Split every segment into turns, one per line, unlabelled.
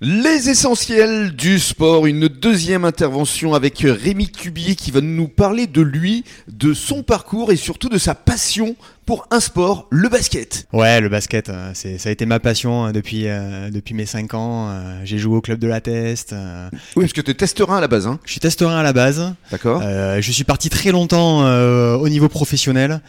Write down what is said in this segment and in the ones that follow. Les essentiels du sport, une deuxième intervention avec Rémi Cubier qui va nous parler de lui, de son parcours et surtout de sa passion pour un sport, le basket.
Ouais, le basket, euh, c'est, ça a été ma passion euh, depuis, euh, depuis mes 5 ans. Euh, J'ai joué au club de la Teste. euh,
Oui, parce que tu testeras à la base, hein,
Je suis testerin à la base.
d'accord
Euh, je suis parti très longtemps euh, au niveau professionnel.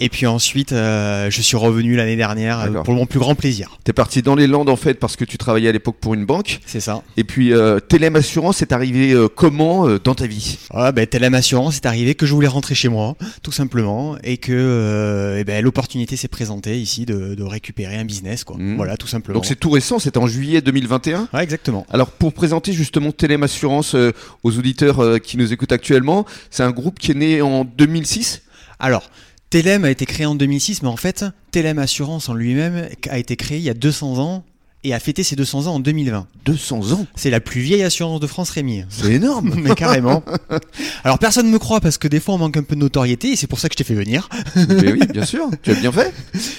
Et puis ensuite, euh, je suis revenu l'année dernière euh,
D'accord.
pour mon plus grand plaisir.
T'es parti dans les Landes en fait parce que tu travaillais à l'époque pour une banque.
C'est ça.
Et puis euh, Télém Assurance est arrivé euh, comment euh, dans ta vie
Ah, ben, Telem Assurance est arrivé que je voulais rentrer chez moi, tout simplement, et que euh, eh ben, l'opportunité s'est présentée ici de, de récupérer un business, quoi.
Mhm.
Voilà, tout simplement.
Donc c'est tout récent, c'était en juillet 2021
Ouais, exactement.
Alors pour présenter justement Télém Assurance euh, aux auditeurs euh, qui nous écoutent actuellement, c'est un groupe qui est né en 2006.
Alors, Telem a été créé en 2006, mais en fait, Telem Assurance en lui-même a été créé il y a 200 ans et a fêté ses 200 ans en 2020.
200 ans
C'est la plus vieille assurance de France, Rémi.
C'est énorme
Mais carrément. Alors personne ne me croit parce que des fois on manque un peu de notoriété et c'est pour ça que je t'ai fait venir.
Mais oui, bien sûr, tu as bien fait.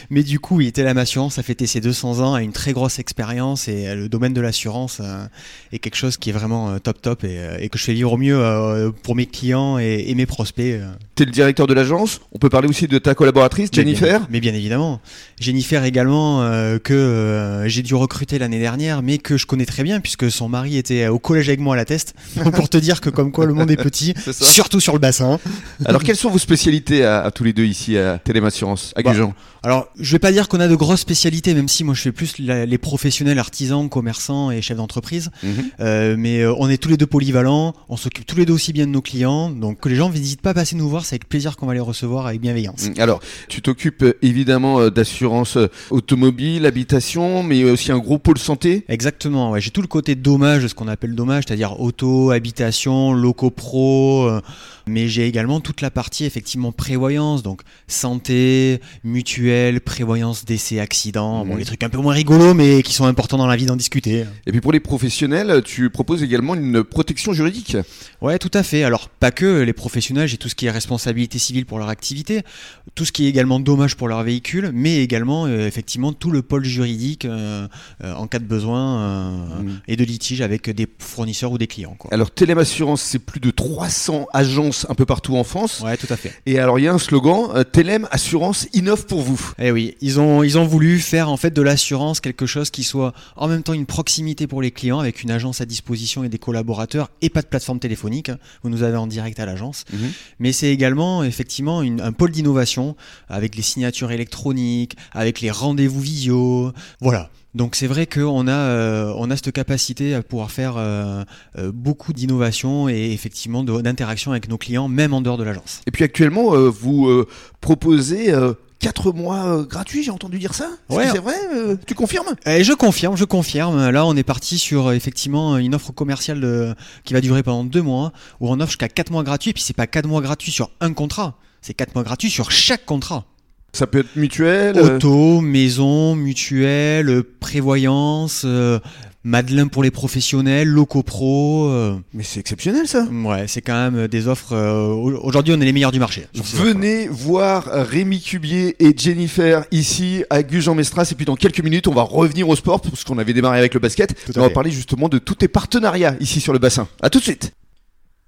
Mais du coup, il était la assurance a fêté ses 200 ans, a une très grosse expérience et euh, le domaine de l'assurance euh, est quelque chose qui est vraiment euh, top top et, euh, et que je fais vivre au mieux euh, pour mes clients et, et mes prospects. euh.
T'es le directeur de l'agence, on peut parler aussi de ta collaboratrice Jennifer.
Mais bien, mais bien évidemment. Jennifer également, euh, que euh, j'ai dû recruter l'année dernière, mais que je connais très bien, puisque son mari était euh, au collège avec moi à la test, pour te dire que comme quoi le monde est petit,
C'est ça.
surtout sur le bassin.
Alors quelles sont vos spécialités à, à tous les deux ici à Télém Assurance, à
Bah,
Gujan
Alors, je vais pas dire qu'on a de grosses spécialités, même si moi je fais plus la- les professionnels, artisans, commerçants et chefs d'entreprise.
Mhm.
Euh, mais euh, on est tous les deux polyvalents, on s'occupe tous les deux aussi bien de nos clients. Donc, que les gens n'hésitent pas à passer nous voir, c'est avec plaisir qu'on va les recevoir avec bienveillance.
Mm. Alors, tu t'occupes euh, évidemment euh, d'assurance euh, automobile, habitation, mais aussi un gros pôle santé.
Exactement, ouais. j'ai tout le côté dommage, ce qu'on appelle dommage, c'est-à-dire auto, habitation, locaux pro, euh, mais j'ai également toute la partie effectivement prévoyance, donc santé, mutuelle, prévoyance décès, accident, bon,
Mhm.
les trucs un peu moins rigolos mais qui sont importants dans la vie d'en discuter.
Et puis pour les professionnels, euh, tu proposes également une protection juridique.
Ouais, tout à fait. Alors, pas que les professionnels, j'ai tout ce qui est responsabilité civile pour leur activité, tout ce qui est également dommage pour leur véhicule, mais également, euh, effectivement, tout le pôle juridique euh, euh, en cas de besoin euh,
Mm.
et de litige avec des fournisseurs ou des clients. Quoi.
Alors, Télém Assurance, c'est plus de 300 agences un peu partout en France.
Ouais, tout à fait.
Et alors, il y a un slogan, euh, Télém Assurance innove pour vous.
Eh oui, ils ont, ils ont voulu faire en fait de l'assurance quelque chose qui soit en même temps une proximité pour les clients avec une agence à disposition et des collaborateurs et pas de plateforme téléphonique. hein. Vous nous avez en direct à l'agence.
Mhm.
Mais c'est également effectivement une- un pôle d'innovation avec les signatures électroniques, avec les rendez-vous visio. Voilà. Donc c'est vrai qu'on a, euh, on a cette capacité à pouvoir faire euh, euh, beaucoup d'innovations et effectivement de- d'interaction avec nos clients même en dehors de l'agence.
Et puis actuellement, euh, vous euh, proposez 4 mois euh, gratuits, j'ai entendu dire ça Est-ce
Ouais.
que c'est vrai euh, Tu confirmes
Et Eh, je confirme, je confirme. Là, on est parti sur euh, effectivement une offre commerciale de- qui va durer pendant deux mois, où on offre jusqu'à quatre mois gratuits. Et puis c'est pas quatre mois gratuits sur un contrat, c'est quatre mois gratuits sur chaque contrat.
Ça peut être mutuel euh,
Auto, maison, mutuelle, euh, prévoyance, euh, Madelin pour les professionnels, locaux pro. euh,
Mais c'est exceptionnel ça
ouais, c'est quand même des offres. euh, au- Aujourd'hui, on est les meilleurs du marché. sur ces offres-là.
Venez voir euh, Rémi Cubier et Jennifer ici à Gujan-Mestras. Et puis dans quelques minutes, on va revenir au sport parce qu'on avait démarré avec le basket.
Tout à
Et on va
fait.
parler justement de tous tes partenariats ici sur le bassin. À tout de suite.